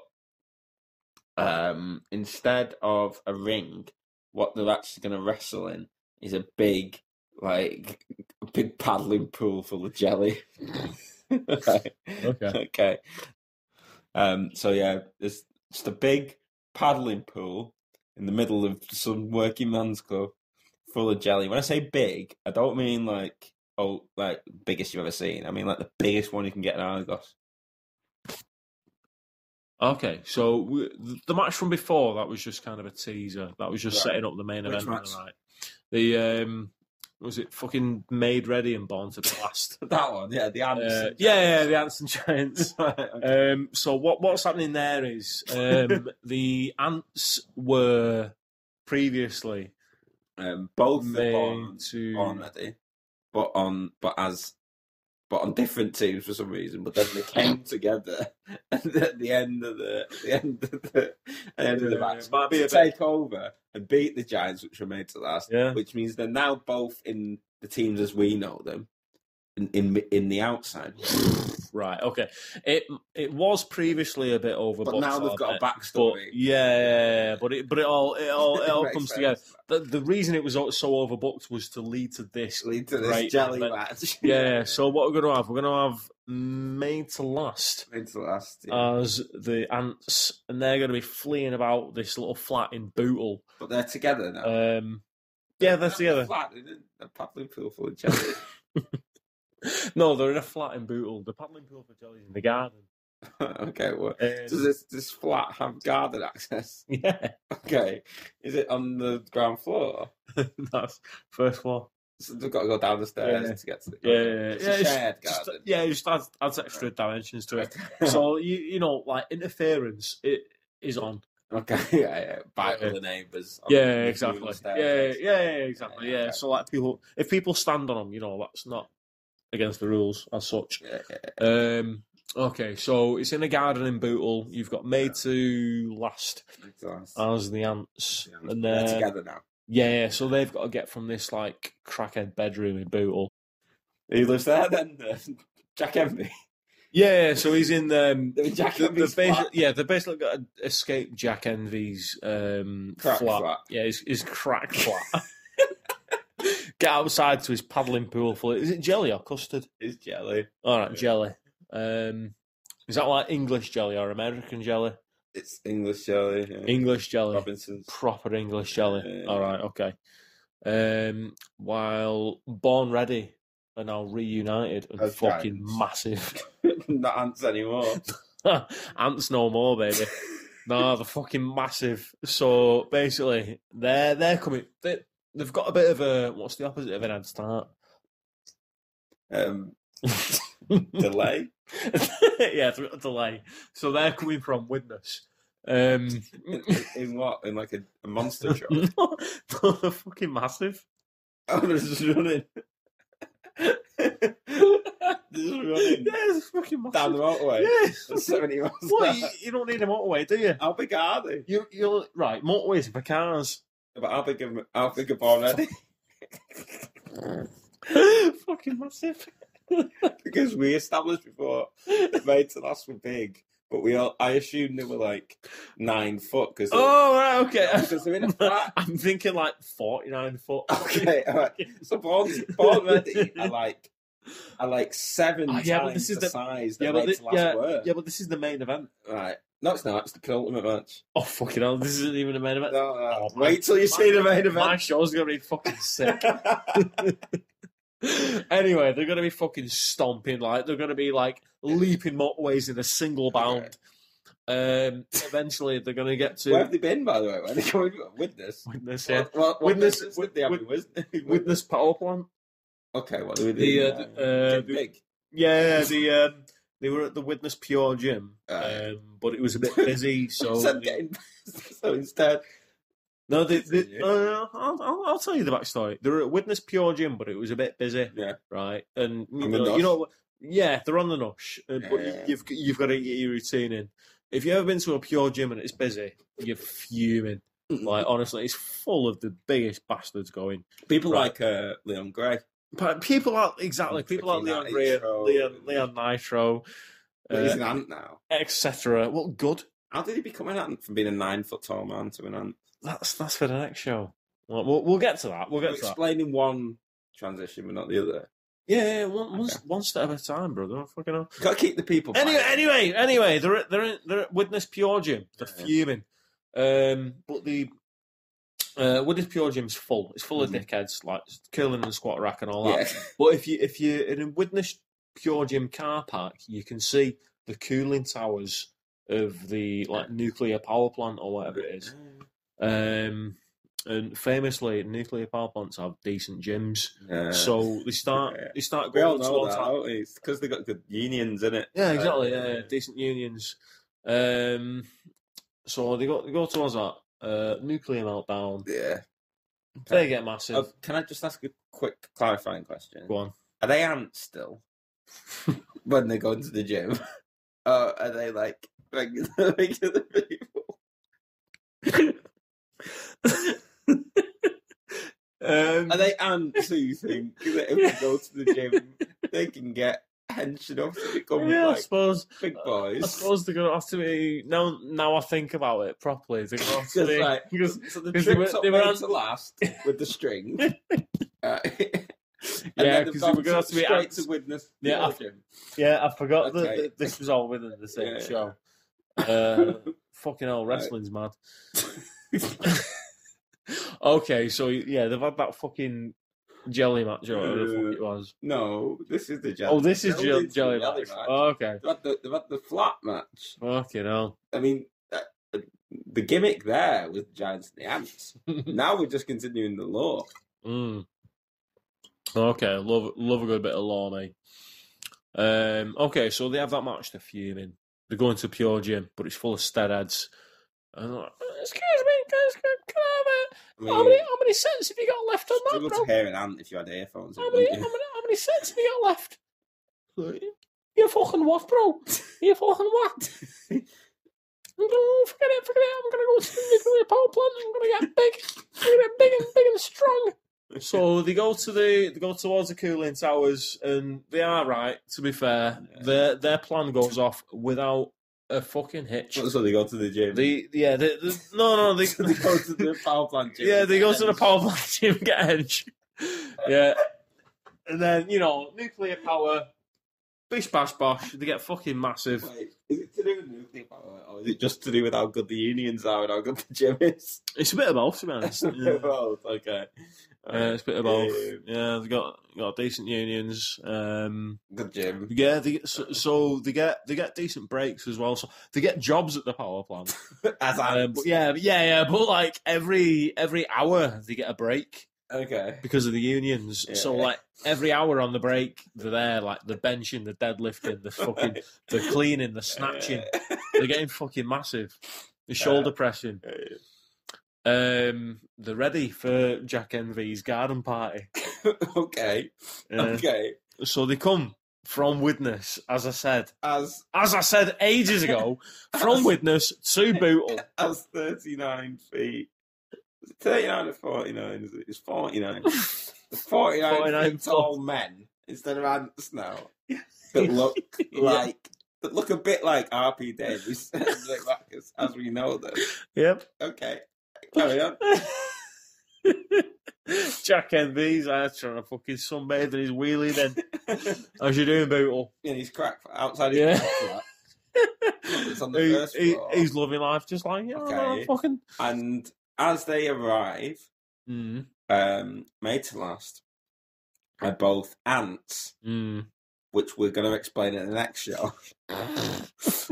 Speaker 1: um, instead of a ring, what they're actually going to wrestle in is a big, like, a big paddling pool full of jelly. *laughs* okay. Okay. Um, so yeah, it's just a big paddling pool in the middle of some working man's club full of jelly. When I say big, I don't mean like oh, like biggest you've ever seen? I mean, like the biggest one you can get in Argos.
Speaker 2: Okay, so we, the match from before that was just kind of a teaser. That was just
Speaker 1: Right.
Speaker 2: setting up the main
Speaker 1: Which
Speaker 2: event.
Speaker 1: match?
Speaker 2: Right. The um, was it fucking made ready and born to blast?
Speaker 1: That one, yeah, the Anderson.
Speaker 2: Uh, yeah, yeah, the
Speaker 1: *laughs*
Speaker 2: Anson Giants. Um, so what what's happening there is
Speaker 1: *laughs*
Speaker 2: um, the ants were previously
Speaker 1: um, both the
Speaker 2: made
Speaker 1: bonds
Speaker 2: to
Speaker 1: already, but on but as but on different teams for some reason. But then
Speaker 2: *laughs*
Speaker 1: they came together *laughs* and at the end of the the end of the end of the
Speaker 2: *laughs* Yeah,
Speaker 1: match
Speaker 2: it might be
Speaker 1: to
Speaker 2: a bit-
Speaker 1: take over and beat the Giants, which were made to last.
Speaker 2: yeah.
Speaker 1: Which means they're now both in the teams as we know them, in in, in the outside.
Speaker 2: *laughs* Right. Okay. It it was previously a bit over,
Speaker 1: But now they've got a
Speaker 2: But
Speaker 1: backstory.
Speaker 2: yeah, yeah, yeah, but it but it all it
Speaker 1: *laughs*
Speaker 2: all it all
Speaker 1: Makes
Speaker 2: comes
Speaker 1: sense.
Speaker 2: together. The, the reason it was so so overbooked was to lead to this.
Speaker 1: Lead to this
Speaker 2: Right,
Speaker 1: jelly
Speaker 2: but-
Speaker 1: match. *laughs*
Speaker 2: Yeah. So what we're gonna have? We're gonna have made to last
Speaker 1: Made to last. Yeah.
Speaker 2: as the ants, and they're gonna be fleeing about this little flat in Bootle.
Speaker 1: but they're together now.
Speaker 2: Um, yeah, they're together.
Speaker 1: Flat, isn't it? They're paddling pool full of jelly.
Speaker 2: No, they're in a flat in Bootle. The paddling pool for jellies in the garden.
Speaker 1: *laughs* okay, well,
Speaker 2: Um,
Speaker 1: does this this flat have garden access? *laughs*
Speaker 2: yeah, *laughs*
Speaker 1: Okay, is it on the ground floor?
Speaker 2: that's first one.
Speaker 1: So they've got to go down the stairs
Speaker 2: Yeah.
Speaker 1: to get to the
Speaker 2: Yeah,
Speaker 1: garden.
Speaker 2: yeah,
Speaker 1: It's
Speaker 2: yeah.
Speaker 1: a
Speaker 2: It's
Speaker 1: shared
Speaker 2: just-
Speaker 1: garden.
Speaker 2: yeah, it just adds, adds extra dimensions to it. so you you know like interference it is on.
Speaker 1: *laughs* okay, yeah, yeah. Bite
Speaker 2: Yeah.
Speaker 1: all the neighbours. on the
Speaker 2: Yeah,
Speaker 1: pool
Speaker 2: exactly. Yeah, yeah,
Speaker 1: stairs.
Speaker 2: yeah, exactly.
Speaker 1: Yeah,
Speaker 2: Yeah.
Speaker 1: okay.
Speaker 2: So like people, if people stand on them, you know that's not against the rules as such.
Speaker 1: yeah, yeah.
Speaker 2: Um. Okay, so it's in a garden in Bootle. You've got made to last
Speaker 1: It's nice.
Speaker 2: as the ants,
Speaker 1: Yeah,
Speaker 2: Uh, and
Speaker 1: they're
Speaker 2: then
Speaker 1: together now.
Speaker 2: yeah, so they've got to get from this like crackhead bedroom in Bootle.
Speaker 1: Who lives there then?
Speaker 2: uh,
Speaker 1: *laughs* Jack Envy.
Speaker 2: Yeah, so he's
Speaker 1: *laughs*
Speaker 2: in um,
Speaker 1: The *laughs* Jack
Speaker 2: the,
Speaker 1: Envy's
Speaker 2: the basi-
Speaker 1: flat.
Speaker 2: yeah, they basically got to escape Jack Envy's um,
Speaker 1: Crack
Speaker 2: flat.
Speaker 1: flat.
Speaker 2: Yeah, his,
Speaker 1: *laughs*
Speaker 2: his crack flat. Get outside to his paddling pool full. Of, is it jelly or custard?
Speaker 1: Is jelly.
Speaker 2: All right,
Speaker 1: Yeah.
Speaker 2: jelly. Um, is that like English jelly or American jelly?
Speaker 1: It's English jelly. Yeah.
Speaker 2: English jelly,
Speaker 1: Robinson's.
Speaker 2: proper English jelly.
Speaker 1: Yeah.
Speaker 2: All right, okay. Um, while Born Ready are now reunited and
Speaker 1: As
Speaker 2: fucking
Speaker 1: giants.
Speaker 2: massive.
Speaker 1: *laughs* Not ants anymore.
Speaker 2: *laughs* Ants no more, baby. No, they're fucking massive. So basically, they're they're coming. They, they've got a bit of a what's the opposite of an head start? *laughs*
Speaker 1: um,
Speaker 2: yeah,
Speaker 1: delay.
Speaker 2: it's a delay. So they're coming from witness. Um,
Speaker 1: in, in what? In like a, a monster truck? *laughs*
Speaker 2: *laughs* no, no, they're fucking massive.
Speaker 1: oh, they're just running. just
Speaker 2: *laughs*
Speaker 1: running
Speaker 2: Yeah, they're fucking massive.
Speaker 1: down the motorway.
Speaker 2: yeah.
Speaker 1: at
Speaker 2: *laughs*
Speaker 1: 70 miles
Speaker 2: What,
Speaker 1: an
Speaker 2: you,
Speaker 1: hour.
Speaker 2: you don't need a motorway, do you?
Speaker 1: How big are they?
Speaker 2: You, you're right. Motorways are for cars.
Speaker 1: But how big are how big are born ready?
Speaker 2: *laughs* fucking massive.
Speaker 1: because we established before that made to last were big, but we all I assumed they were like nine foot because
Speaker 2: Oh, right, okay. *laughs*
Speaker 1: because they're in a flat.
Speaker 2: I'm thinking like 49 *laughs* foot.
Speaker 1: Okay, all right. So born, born
Speaker 2: *laughs*
Speaker 1: ready are like are like seven
Speaker 2: Oh, yeah, but
Speaker 1: times
Speaker 2: this is
Speaker 1: the,
Speaker 2: the-
Speaker 1: size that
Speaker 2: yeah,
Speaker 1: yeah,
Speaker 2: but
Speaker 1: made
Speaker 2: thi-
Speaker 1: to last were.
Speaker 2: Yeah, but this is the main event.
Speaker 1: Right. No, it's not. It's the penultimate match.
Speaker 2: Oh, fucking hell. This isn't even a main *laughs* event.
Speaker 1: No, no.
Speaker 2: Oh,
Speaker 1: Wait till you see the main
Speaker 2: My
Speaker 1: event.
Speaker 2: show's going to be fucking sick. *laughs* anyway, they're going to be fucking stomping. Like, they're going to be like leaping motorways in a single bound. Um, eventually, they're going to get
Speaker 1: *laughs* Where
Speaker 2: to
Speaker 1: have they been, by the way? When they come with witness?
Speaker 2: witness, yeah.
Speaker 1: What, what,
Speaker 2: Witness-
Speaker 1: witness, with *laughs* the witness,
Speaker 2: *laughs* witness power plant.
Speaker 1: Okay, what are we
Speaker 2: The,
Speaker 1: doing?
Speaker 2: uh,
Speaker 1: now?
Speaker 2: the, uh,
Speaker 1: Get big.
Speaker 2: Yeah, the um, they were at the witness pure gym,
Speaker 1: Aye.
Speaker 2: um, but it was a bit *laughs* busy. So
Speaker 1: *laughs* so,
Speaker 2: they-
Speaker 1: getting, so instead,
Speaker 2: No, they, they,
Speaker 1: Yeah.
Speaker 2: no, no, no, I'll, I'll, I'll tell you the backstory. They were at Witness Pure Gym, but it was a bit busy.
Speaker 1: Yeah.
Speaker 2: Right. And you
Speaker 1: On the
Speaker 2: know, you
Speaker 1: nosh.
Speaker 2: know, yeah, they're on the nosh, uh,
Speaker 1: Yeah,
Speaker 2: but
Speaker 1: yeah, yeah.
Speaker 2: you've you've got to get your routine in. If you've ever been to a pure gym and it's busy, you're fuming. Like honestly, it's full of the biggest bastards going.
Speaker 1: people
Speaker 2: Right.
Speaker 1: like uh, Leon Gray,
Speaker 2: But people are exactly people like Leon
Speaker 1: Fucking
Speaker 2: Rea,
Speaker 1: Nitro.
Speaker 2: Leon, Leon Nitro,
Speaker 1: but he's
Speaker 2: uh,
Speaker 1: an ant now.
Speaker 2: etc. What good?
Speaker 1: How did he become an ant from being a nine foot tall man to an ant?
Speaker 2: That's that's for the next show. Well, we'll, we'll get to that. We'll
Speaker 1: We're
Speaker 2: get to that.
Speaker 1: explaining one transition, but not the other.
Speaker 2: Yeah, yeah, one, one,
Speaker 1: Okay.
Speaker 2: one step at a time, brother. I fucking know.
Speaker 1: Got to keep the people.
Speaker 2: Anyway,
Speaker 1: fired.
Speaker 2: anyway, anyway, they're at, they're in, they're at Witness Pure Gym. They're
Speaker 1: Yeah.
Speaker 2: fuming, um, but the Uh, Wooded Pure Gym's full. It's full of dickheads, like curling and squat rack and all that.
Speaker 1: Mm. Yeah.
Speaker 2: But if you if you're in a Widnes Pure Gym car park, you can see the cooling towers of the like nuclear power plant or whatever it is.
Speaker 1: Mm.
Speaker 2: Um, and famously, nuclear power plants have decent gyms,
Speaker 1: Yeah.
Speaker 2: so they start
Speaker 1: *laughs* Yeah.
Speaker 2: they start
Speaker 1: we all
Speaker 2: going
Speaker 1: know
Speaker 2: towards
Speaker 1: that,
Speaker 2: that.
Speaker 1: don't we? It's because they got good unions in it.
Speaker 2: Yeah, exactly. Yeah, yeah, decent unions. Um, so they go they go towards that uh, nuclear meltdown.
Speaker 1: Yeah.
Speaker 2: They get massive.
Speaker 1: Uh, can I just ask a quick clarifying question?
Speaker 2: Go
Speaker 1: *laughs*
Speaker 2: on.
Speaker 1: Are they ants
Speaker 2: *laughs*
Speaker 1: still when they go into the gym? *laughs* Or are they like regular, *laughs* regular people?
Speaker 2: Um,
Speaker 1: Are they ants who think *laughs* that if they go to the gym, they can get henched off to become
Speaker 2: yeah, I
Speaker 1: like
Speaker 2: suppose.
Speaker 1: big
Speaker 2: I
Speaker 1: boys?
Speaker 2: suppose they're gonna have to be. Now, now I think about it properly.
Speaker 1: *laughs*
Speaker 2: They're gonna have to
Speaker 1: Because
Speaker 2: be.
Speaker 1: like,
Speaker 2: because-
Speaker 1: so the
Speaker 2: because they
Speaker 1: trip's
Speaker 2: were-
Speaker 1: up
Speaker 2: they were
Speaker 1: made
Speaker 2: ants-
Speaker 1: to last *laughs* with the
Speaker 2: *laughs*
Speaker 1: string. Uh, *laughs* and
Speaker 2: Yeah,
Speaker 1: then they've
Speaker 2: 'cause they
Speaker 1: gone
Speaker 2: were gonna have to be
Speaker 1: straight
Speaker 2: ants.
Speaker 1: to witness the
Speaker 2: Yeah, I-
Speaker 1: gym.
Speaker 2: yeah, I forgot that,
Speaker 1: Okay.
Speaker 2: that this was all within the same
Speaker 1: Yeah. *laughs*
Speaker 2: show. Uh, fucking hell, wrestling's mad. Okay, so yeah, they've had that fucking jelly match or whatever
Speaker 1: Uh,
Speaker 2: the fuck it was.
Speaker 1: *laughs* No, this is the jelly.
Speaker 2: Oh, this is
Speaker 1: No,
Speaker 2: jelly,
Speaker 1: it's the
Speaker 2: jelly
Speaker 1: jelly
Speaker 2: match. Oh.
Speaker 1: match.
Speaker 2: Okay,
Speaker 1: They've had the, they've had the flat match.
Speaker 2: fucking hell. *laughs*
Speaker 1: I mean, that, the gimmick there was the Giants and the Ants.
Speaker 2: Hmm.
Speaker 1: now we're just continuing the law.
Speaker 2: Mm. Okay, love love a good bit of law, mate. Um, okay, so they have that match. They're fuming. They're going to Pure Gym, but it's full of steadheads. And they're like, excuse me, guys, can, can I
Speaker 1: I
Speaker 2: have a, how many
Speaker 1: mean,
Speaker 2: how many cents have you got left on
Speaker 1: struggle
Speaker 2: that,
Speaker 1: to
Speaker 2: bro?
Speaker 1: hear an ant if you had earphones.
Speaker 2: How
Speaker 1: in,
Speaker 2: many,
Speaker 1: wouldn't
Speaker 2: how
Speaker 1: *laughs*
Speaker 2: many
Speaker 1: you?
Speaker 2: how many cents have you got left? Like, You fucking what, bro? You fucking *laughs* what? I'm gonna forget it, forget it. I'm gonna go to the nuclear power plant. I'm gonna get big, I'm gonna get big and big and strong. So they go to the they go towards the cooling towers, and they are right. To be fair, their their plan goes off without a fucking hitch.
Speaker 1: So they go to the gym.
Speaker 2: They yeah, they, they, no no *laughs* they,
Speaker 1: *laughs* So they go to the power plant gym.
Speaker 2: *laughs* yeah they go to the power plant *laughs* gym and get hedge. Yeah, and then you know nuclear power, bish bash bosh. They get fucking massive.
Speaker 1: Wait, is it to do with nuclear power, or is it just to do with how good the unions are and how good the gym
Speaker 2: *laughs*
Speaker 1: is?
Speaker 2: It's a bit of both, to be *laughs* honest. Yeah.
Speaker 1: *laughs* Well, okay.
Speaker 2: Yeah, it's a bit of both.
Speaker 1: Yeah.
Speaker 2: Yeah, they've got got decent unions. Um,
Speaker 1: Good gym. *laughs*
Speaker 2: Yeah, they, so, so they get they get decent breaks as well. So they get jobs at the power plant.
Speaker 1: As
Speaker 2: Um,
Speaker 1: ants.
Speaker 2: but yeah, but yeah, yeah. But like every every hour they get a break
Speaker 1: Okay.
Speaker 2: because of the unions.
Speaker 1: Yeah.
Speaker 2: So like every hour on the break they're there, like the benching, the deadlifting,
Speaker 1: *laughs*
Speaker 2: the fucking the cleaning, the snatching. They're getting fucking massive. The shoulder pressing. Um, they're ready for Jack Envy's
Speaker 1: *laughs*
Speaker 2: garden party.
Speaker 1: okay.
Speaker 2: Uh,
Speaker 1: Okay.
Speaker 2: so they come from Widnes, as I said.
Speaker 1: As
Speaker 2: as I said
Speaker 1: *laughs*
Speaker 2: ages ago, from witness to bootle.
Speaker 1: as thirty nine feet. Thirty nine or forty nine? Is it? It's forty
Speaker 2: *laughs*
Speaker 1: nine. Forty
Speaker 2: 49
Speaker 1: nine tall men instead of ants now
Speaker 2: *laughs*
Speaker 1: that look like that look a bit like RP *laughs* Davis and Nick Marcus, as we know them.
Speaker 2: Yep.
Speaker 1: Okay. Carry on.
Speaker 2: *laughs* Jack Envy's out trying to fucking sunbathe in his
Speaker 1: *laughs*
Speaker 2: wheelie then. How's you doing, Bootle?
Speaker 1: In his crack outside his
Speaker 2: Yeah.
Speaker 1: crack flat. It's on the
Speaker 2: He-
Speaker 1: first
Speaker 2: he-
Speaker 1: floor.
Speaker 2: he's loving life just like, yeah,
Speaker 1: Okay.
Speaker 2: I'm fucking.
Speaker 1: And as they arrive,
Speaker 2: Mm.
Speaker 1: um, made to last are both ants,
Speaker 2: Mm.
Speaker 1: which we're going to explain in the next show.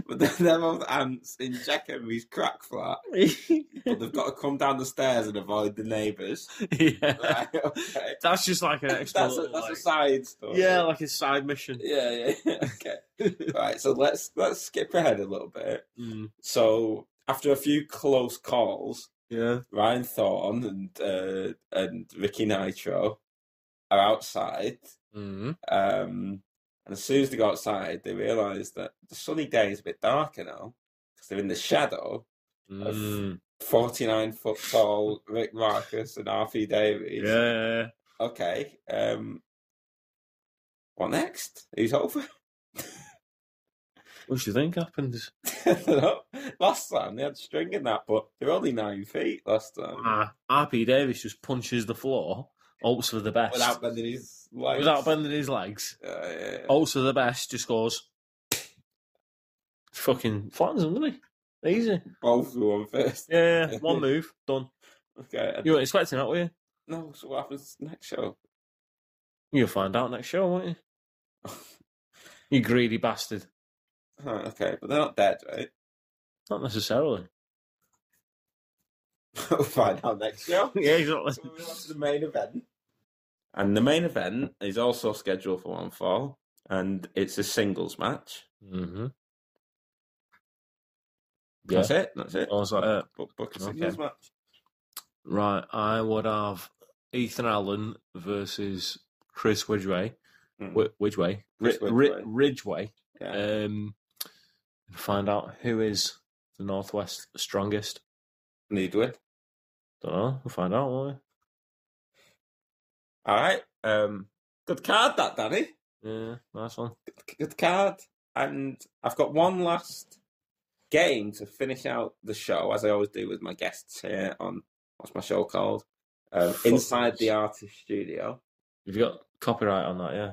Speaker 1: but they're, they're both ants in Jack Henry's crack flat, but they've got to come down the stairs and avoid the
Speaker 2: *laughs*
Speaker 1: neighbours.
Speaker 2: *laughs* yeah.
Speaker 1: *laughs* Right, okay.
Speaker 2: That's just like an extra.
Speaker 1: That's, a,
Speaker 2: little,
Speaker 1: that's a
Speaker 2: like-
Speaker 1: side story.
Speaker 2: yeah, like a side mission.
Speaker 1: Yeah, yeah, yeah. *laughs*
Speaker 2: *laughs*
Speaker 1: Okay. right, so let's let's skip ahead a little bit.
Speaker 2: Mm.
Speaker 1: So after a few close calls,
Speaker 2: Yeah.
Speaker 1: Ryan Thorne and uh, and Ricky Nitro are outside
Speaker 2: Mm.
Speaker 1: Um, and as soon as they got outside, they realised that the sunny day is a bit darker now because they're in the shadow.
Speaker 2: Mm.
Speaker 1: 49 foot
Speaker 2: *laughs*
Speaker 1: tall Rick Marcus and Alfie Davies.
Speaker 2: Yeah.
Speaker 1: Okay. Um, what next? Who's over? *laughs*
Speaker 2: What do you think happens?
Speaker 1: last time they had string in that, but they're only nine feet last time
Speaker 2: Uh, RP Davis just punches the floor, hopes for the best.
Speaker 1: without bending his legs.
Speaker 2: Without bending his legs.
Speaker 1: Uh, yeah.
Speaker 2: Hopes for the best, just goes. Fucking flattens him, doesn't he? Easy.
Speaker 1: *laughs* Both were on first. *laughs*
Speaker 2: Yeah, one move, done.
Speaker 1: Okay.
Speaker 2: You weren't expecting that, were you?
Speaker 1: No, so what happens next show?
Speaker 2: You'll find out next show, won't you? *laughs* you greedy bastard.
Speaker 1: Huh, okay, but they're not dead, right? *laughs*
Speaker 2: Not necessarily.
Speaker 1: we'll find out next show.
Speaker 2: *laughs* *laughs* yeah, exactly.
Speaker 1: So we're on to the main event. And the main event is also scheduled for one fall, and it's a singles match.
Speaker 2: Mm-hmm.
Speaker 1: That's it. That's it.
Speaker 2: I was like, uh,
Speaker 1: Book, book a
Speaker 2: Okay.
Speaker 1: singles match.
Speaker 2: right, I would have Ethan Allen versus Chris Widgeway.
Speaker 1: Mm.
Speaker 2: Wi- Widgeway.
Speaker 1: Chris
Speaker 2: Ri-
Speaker 1: Ridgway.
Speaker 2: Ri- Ridgeway.
Speaker 1: Yeah.
Speaker 2: Um, and find out who is the Northwest strongest.
Speaker 1: Needwood.
Speaker 2: Don't know. We'll find out, won't
Speaker 1: All right. Um, good card, that Danny.
Speaker 2: we? Yeah, nice one.
Speaker 1: Good card. And I've got one last game to finish out the show, as I always do with my guests here on what's my show called? Um,
Speaker 2: Fuck.
Speaker 1: Inside the Artist Studio.
Speaker 2: You've got copyright on that, yeah?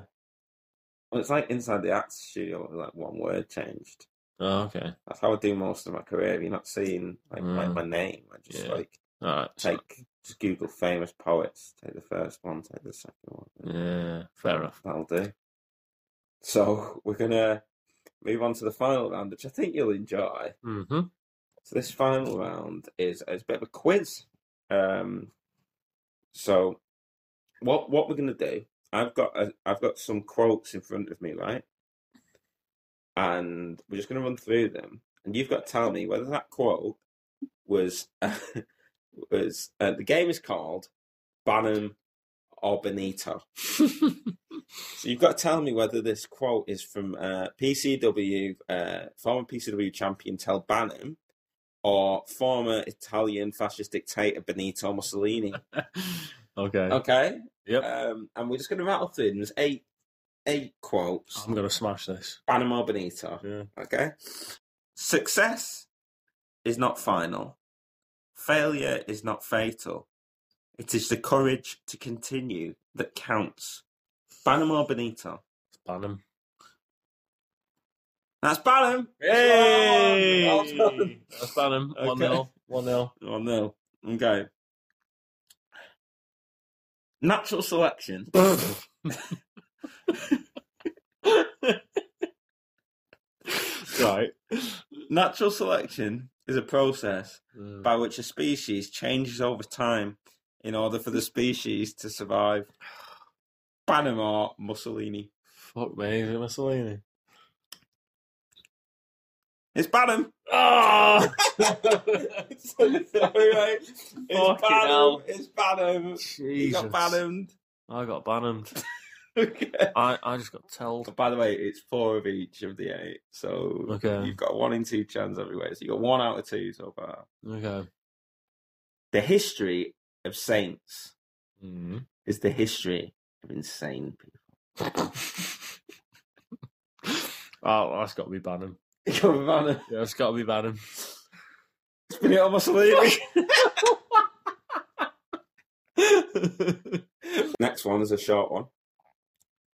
Speaker 1: Well, it's like Inside the Artist Studio, with, like one word changed.
Speaker 2: Oh, okay.
Speaker 1: That's how I do most of my career. If You're not seeing like, like
Speaker 2: Mm.
Speaker 1: my name. I just
Speaker 2: Yeah.
Speaker 1: like
Speaker 2: All right. so-
Speaker 1: take just Google famous poets. Take the first one. Take the second one.
Speaker 2: Mm. yeah, fair enough.
Speaker 1: That'll do. So we're gonna move on to the final round, which I think you'll enjoy.
Speaker 2: Mm-hmm.
Speaker 1: So this final round is is a bit of a quiz. Um, so what what we're gonna do? I've got a, I've got some quotes in front of me, right? And we're just gonna run through them, and you've got to tell me whether that quote was *laughs* was uh, the game is called Bannon or Benito. So you've got to tell me whether this quote is from uh, PCW, uh, former PCW champion Tel Bannon, or former Italian fascist dictator Benito Mussolini.
Speaker 2: okay.
Speaker 1: Okay.
Speaker 2: Yep.
Speaker 1: Um, and we're just going to rattle through them. There's eight, eight quotes.
Speaker 2: I'm gonna smash this.
Speaker 1: Bannon or Benito.
Speaker 2: Uh-huh. Yeah.
Speaker 1: Okay. Success is not final. Failure is not fatal. It is the courage to continue that counts. Bannon or Benito.
Speaker 2: Ban him.
Speaker 1: That's Banham. Well done.
Speaker 2: That's ban him.
Speaker 1: Okay.
Speaker 2: One nil. *laughs* One nil.
Speaker 1: Oh no. Okay. Natural selection
Speaker 2: right.
Speaker 1: Natural selection is a process
Speaker 2: Mm.
Speaker 1: by which a species changes over time in order for the species to survive. Panama Mussolini.
Speaker 2: Fuck me, is it Mussolini?
Speaker 1: It's
Speaker 2: *laughs*
Speaker 1: Banham.
Speaker 2: Oh!
Speaker 1: *laughs* Sorry, mate. It's
Speaker 2: Fucking
Speaker 1: Banham.
Speaker 2: hell.
Speaker 1: It's Banham. You
Speaker 2: Jesus.
Speaker 1: got Banhammed.
Speaker 2: I got banned.
Speaker 1: Okay.
Speaker 2: I, I just got told.
Speaker 1: But by the way, it's four of each of the eight. So
Speaker 2: Okay.
Speaker 1: you've got one in two chance every way. So you've got one out of two so far.
Speaker 2: Okay.
Speaker 1: The history of saints
Speaker 2: Mm.
Speaker 1: is the history of insane people. *laughs*
Speaker 2: Oh, that's got to be Bannon.
Speaker 1: Come on, man.
Speaker 2: Yeah, it's got to be Bannon.
Speaker 1: Spin it on Mussolini. *laughs* Next one is a short one.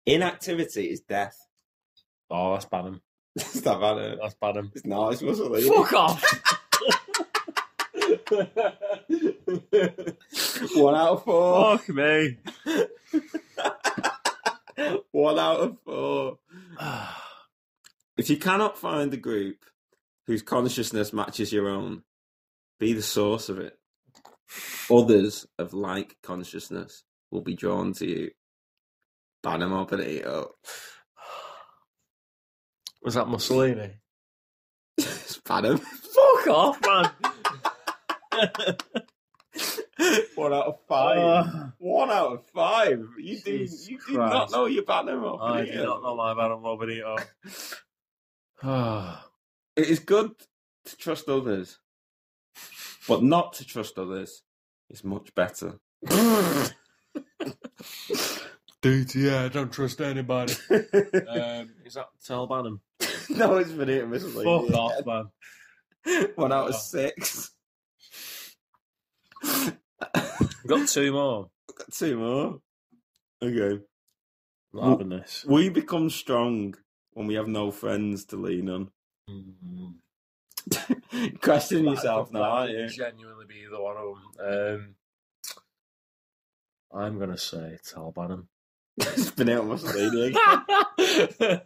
Speaker 1: Inactivity is death.
Speaker 2: *laughs*
Speaker 1: *laughs*
Speaker 2: Oh, that's Bannon.
Speaker 1: It's not bad.
Speaker 2: That's Bannon.
Speaker 1: It's not. It's Mussolini.
Speaker 2: Fuck off!
Speaker 1: One out of four.
Speaker 2: *laughs* Fuck me.
Speaker 1: One out of four. If you cannot find the group whose consciousness matches your own, be the source of it. Others of like consciousness will be drawn to you. Panama *laughs* Benito.
Speaker 2: Was that Mussolini?
Speaker 1: It's Panam.
Speaker 2: Fuck off, man.
Speaker 1: *laughs*
Speaker 2: *laughs*
Speaker 1: One out of
Speaker 2: Uh,
Speaker 1: One out of five. You do,
Speaker 2: Jesus
Speaker 1: you do not
Speaker 2: Christ.
Speaker 1: know your Panama
Speaker 2: I do
Speaker 1: Benito.
Speaker 2: not know my man on Robinito. Ah,
Speaker 1: It is good to trust others, but not to trust others is much better.
Speaker 2: DTA, I don't trust *laughs* anybody. um, is that Tal Bannon?
Speaker 1: *laughs* no, it's Benito Mussolini.
Speaker 2: Fuck off, man.
Speaker 1: One out of
Speaker 2: Oh.
Speaker 1: six. *laughs*
Speaker 2: We've got two more.
Speaker 1: Got two more. Okay.
Speaker 2: Not having this.
Speaker 1: We become strong when we have no friends to lean on. *laughs*
Speaker 2: Mm.
Speaker 1: Question yourself now, aren't you?
Speaker 2: Genuinely be either one of them. Um, I'm going to say Tal *laughs* Bannon.
Speaker 1: *laughs* it's been out of Australia. *laughs* one,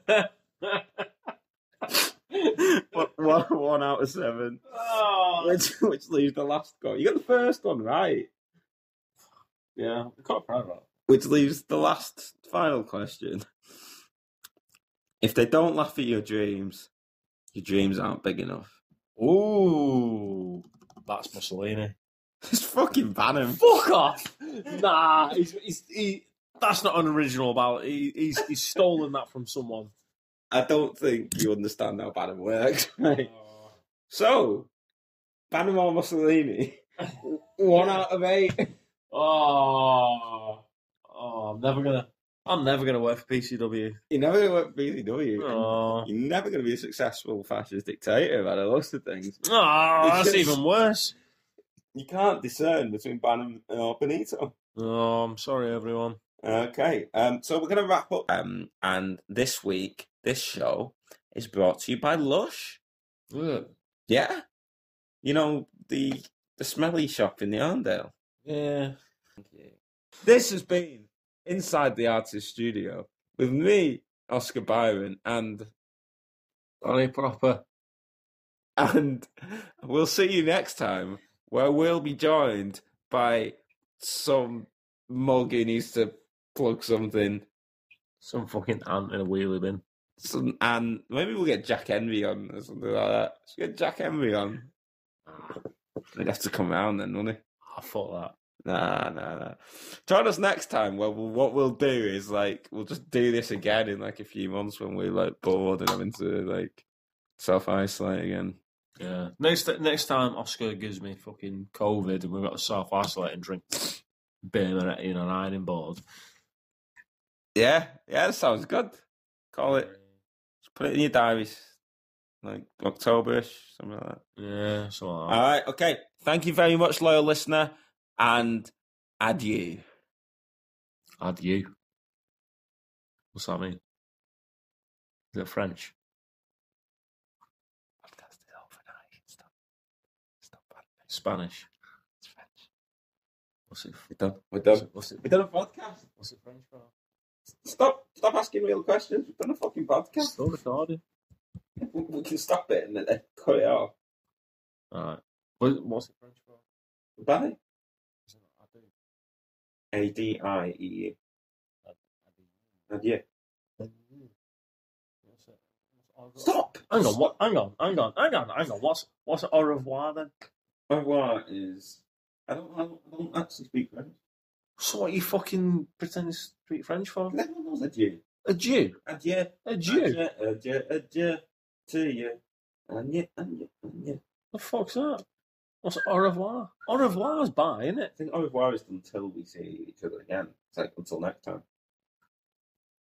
Speaker 1: one, one out of seven,
Speaker 2: oh,
Speaker 1: which, which leaves the last goal. You got the first one right,
Speaker 2: yeah, I'm quite proud of that.
Speaker 1: which leaves the last final question. If they don't laugh at your dreams, your dreams aren't big enough. *laughs*
Speaker 2: Ooh, that's Mussolini.
Speaker 1: It's fucking ban him.
Speaker 2: Fuck off! Nah, he's, he's, he, that's not an original ballot. He, he's, he's stolen that from someone.
Speaker 1: I don't think you understand how Bannon works. *laughs* Right? So, Bannon or Mussolini, one out of eight.
Speaker 2: Oh, oh, I'm never gonna, I'm never gonna work for PCW.
Speaker 1: You're never going to work for BCW.
Speaker 2: Oh,
Speaker 1: You're never going to be a successful fascist dictator by the looks of things.
Speaker 2: oh that's even worse.
Speaker 1: You can't discern between Bannon or Benito.
Speaker 2: Oh, I'm sorry, everyone.
Speaker 1: Okay, um, so we're going to wrap up. Um, and this week, this show is brought to you by Lush. Yeah. You know, the, the smelly shop in the Arndale.
Speaker 2: Yeah.
Speaker 1: This has been Inside the Artist Studio with me, Oscar Byron, and
Speaker 2: Sorry, proper.
Speaker 1: and we'll see you next time where we'll be joined by some mug who needs to plug something.
Speaker 2: Some fucking ant in a wheelie bin.
Speaker 1: Some, and maybe we'll get Jack Henry on or something like that. Let's get Jack Henry on. He'd have to come round then, wouldn't he?
Speaker 2: I thought Ah,
Speaker 1: Nah,
Speaker 2: that.
Speaker 1: nah, nah. Join us next time. Well, we'll- what we'll do is like we'll just do this again in like a few months when we're like bored and having to like self isolate again.
Speaker 2: Yeah. Next next time Oscar gives me fucking COVID and we've got to self isolate and drink beer Moretti and an ironing board.
Speaker 1: Yeah, yeah, that sounds good. Call it. Just put it in your diaries, like Octoberish, something like that.
Speaker 2: Yeah, so
Speaker 1: All right, okay. Thank you very much, loyal listener, and adieu.
Speaker 2: add you. What's that mean? Is it French?
Speaker 1: Stop, stop.
Speaker 2: Spanish? What's it?
Speaker 1: We're done. We're
Speaker 2: What's
Speaker 1: done.
Speaker 2: it? What's it,
Speaker 1: We've done a podcast.
Speaker 2: what's it French for?
Speaker 1: Stop! Stop asking real questions. We've done a fucking podcast.
Speaker 2: Still recording.
Speaker 1: We, we can stop it and then they cut it off.
Speaker 2: All right. What, what's it French for?
Speaker 1: Bye.
Speaker 2: Is it not adieu?
Speaker 1: A D I E U. Adieu.
Speaker 2: Adieu. What's it? What's it?
Speaker 1: Stop!
Speaker 2: Hang on, what? Hang on, hang on, hang on, hang on. What's what's au revoir then?
Speaker 1: My what is? I don't. I don't, I don't actually speak French.
Speaker 2: So what you fucking pretend to speak French for?
Speaker 1: Everyone knows adieu.
Speaker 2: A Jew?
Speaker 1: Adieu.
Speaker 2: A Jew?
Speaker 1: Adieu. Adieu. Adieu. To you. Adieu. Adieu. Adieu.
Speaker 2: The fuck's that? What's au revoir? Au revoir is bye, isn't it?
Speaker 1: I think au revoir is until we see each other again. It's like until next time.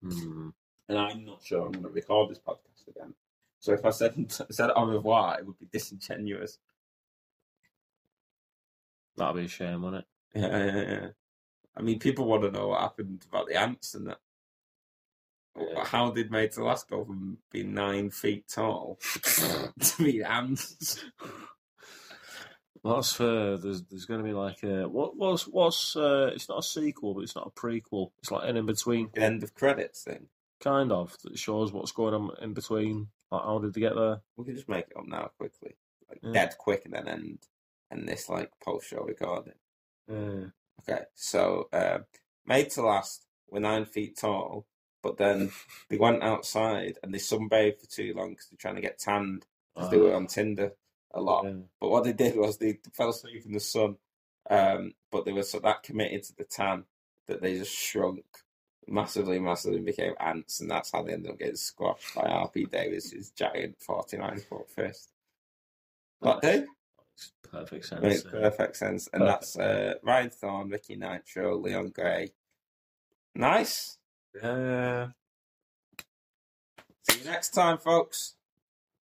Speaker 2: Hmm.
Speaker 1: And I'm not sure I'm going to record this podcast again. So if I said *laughs* said au revoir, it would be disingenuous.
Speaker 2: That'd be a shame, wouldn't it?
Speaker 1: Yeah, yeah, yeah. I mean, people want to know what happened about the ants and that.
Speaker 2: Yeah.
Speaker 1: How did Mater last go from being nine feet tall *laughs* to being ants?
Speaker 2: Well, that's fair. There's there's going to be like a what was what's uh, it's not a sequel, but it's not a prequel. It's like an in between
Speaker 1: The end of credits thing.
Speaker 2: kind of that shows what's going on in between. Like how did they get there?
Speaker 1: We can just make it up now quickly, like
Speaker 2: Yeah.
Speaker 1: dead quick, and then end and this like post show recording.
Speaker 2: Yeah.
Speaker 1: Okay, so uh, made to last were nine feet tall, but *laughs* then they went outside and they sunbathed for too long because they're trying to get tanned because they were on Tinder a lot.
Speaker 2: Uh, Yeah.
Speaker 1: But what they did was they fell asleep in the sun, um, but they were so that committed to the tan that they just shrunk massively, massively, and became ants, and that's how they ended up getting squashed by RP Davis, his giant forty-nine foot fist. That day
Speaker 2: Makes perfect
Speaker 1: makes
Speaker 2: sense.
Speaker 1: perfect sense, and that's uh, Ryan Thorne, Ricky Nitro, Leon Gray. Nice.
Speaker 2: Yeah.
Speaker 1: See you next time, folks.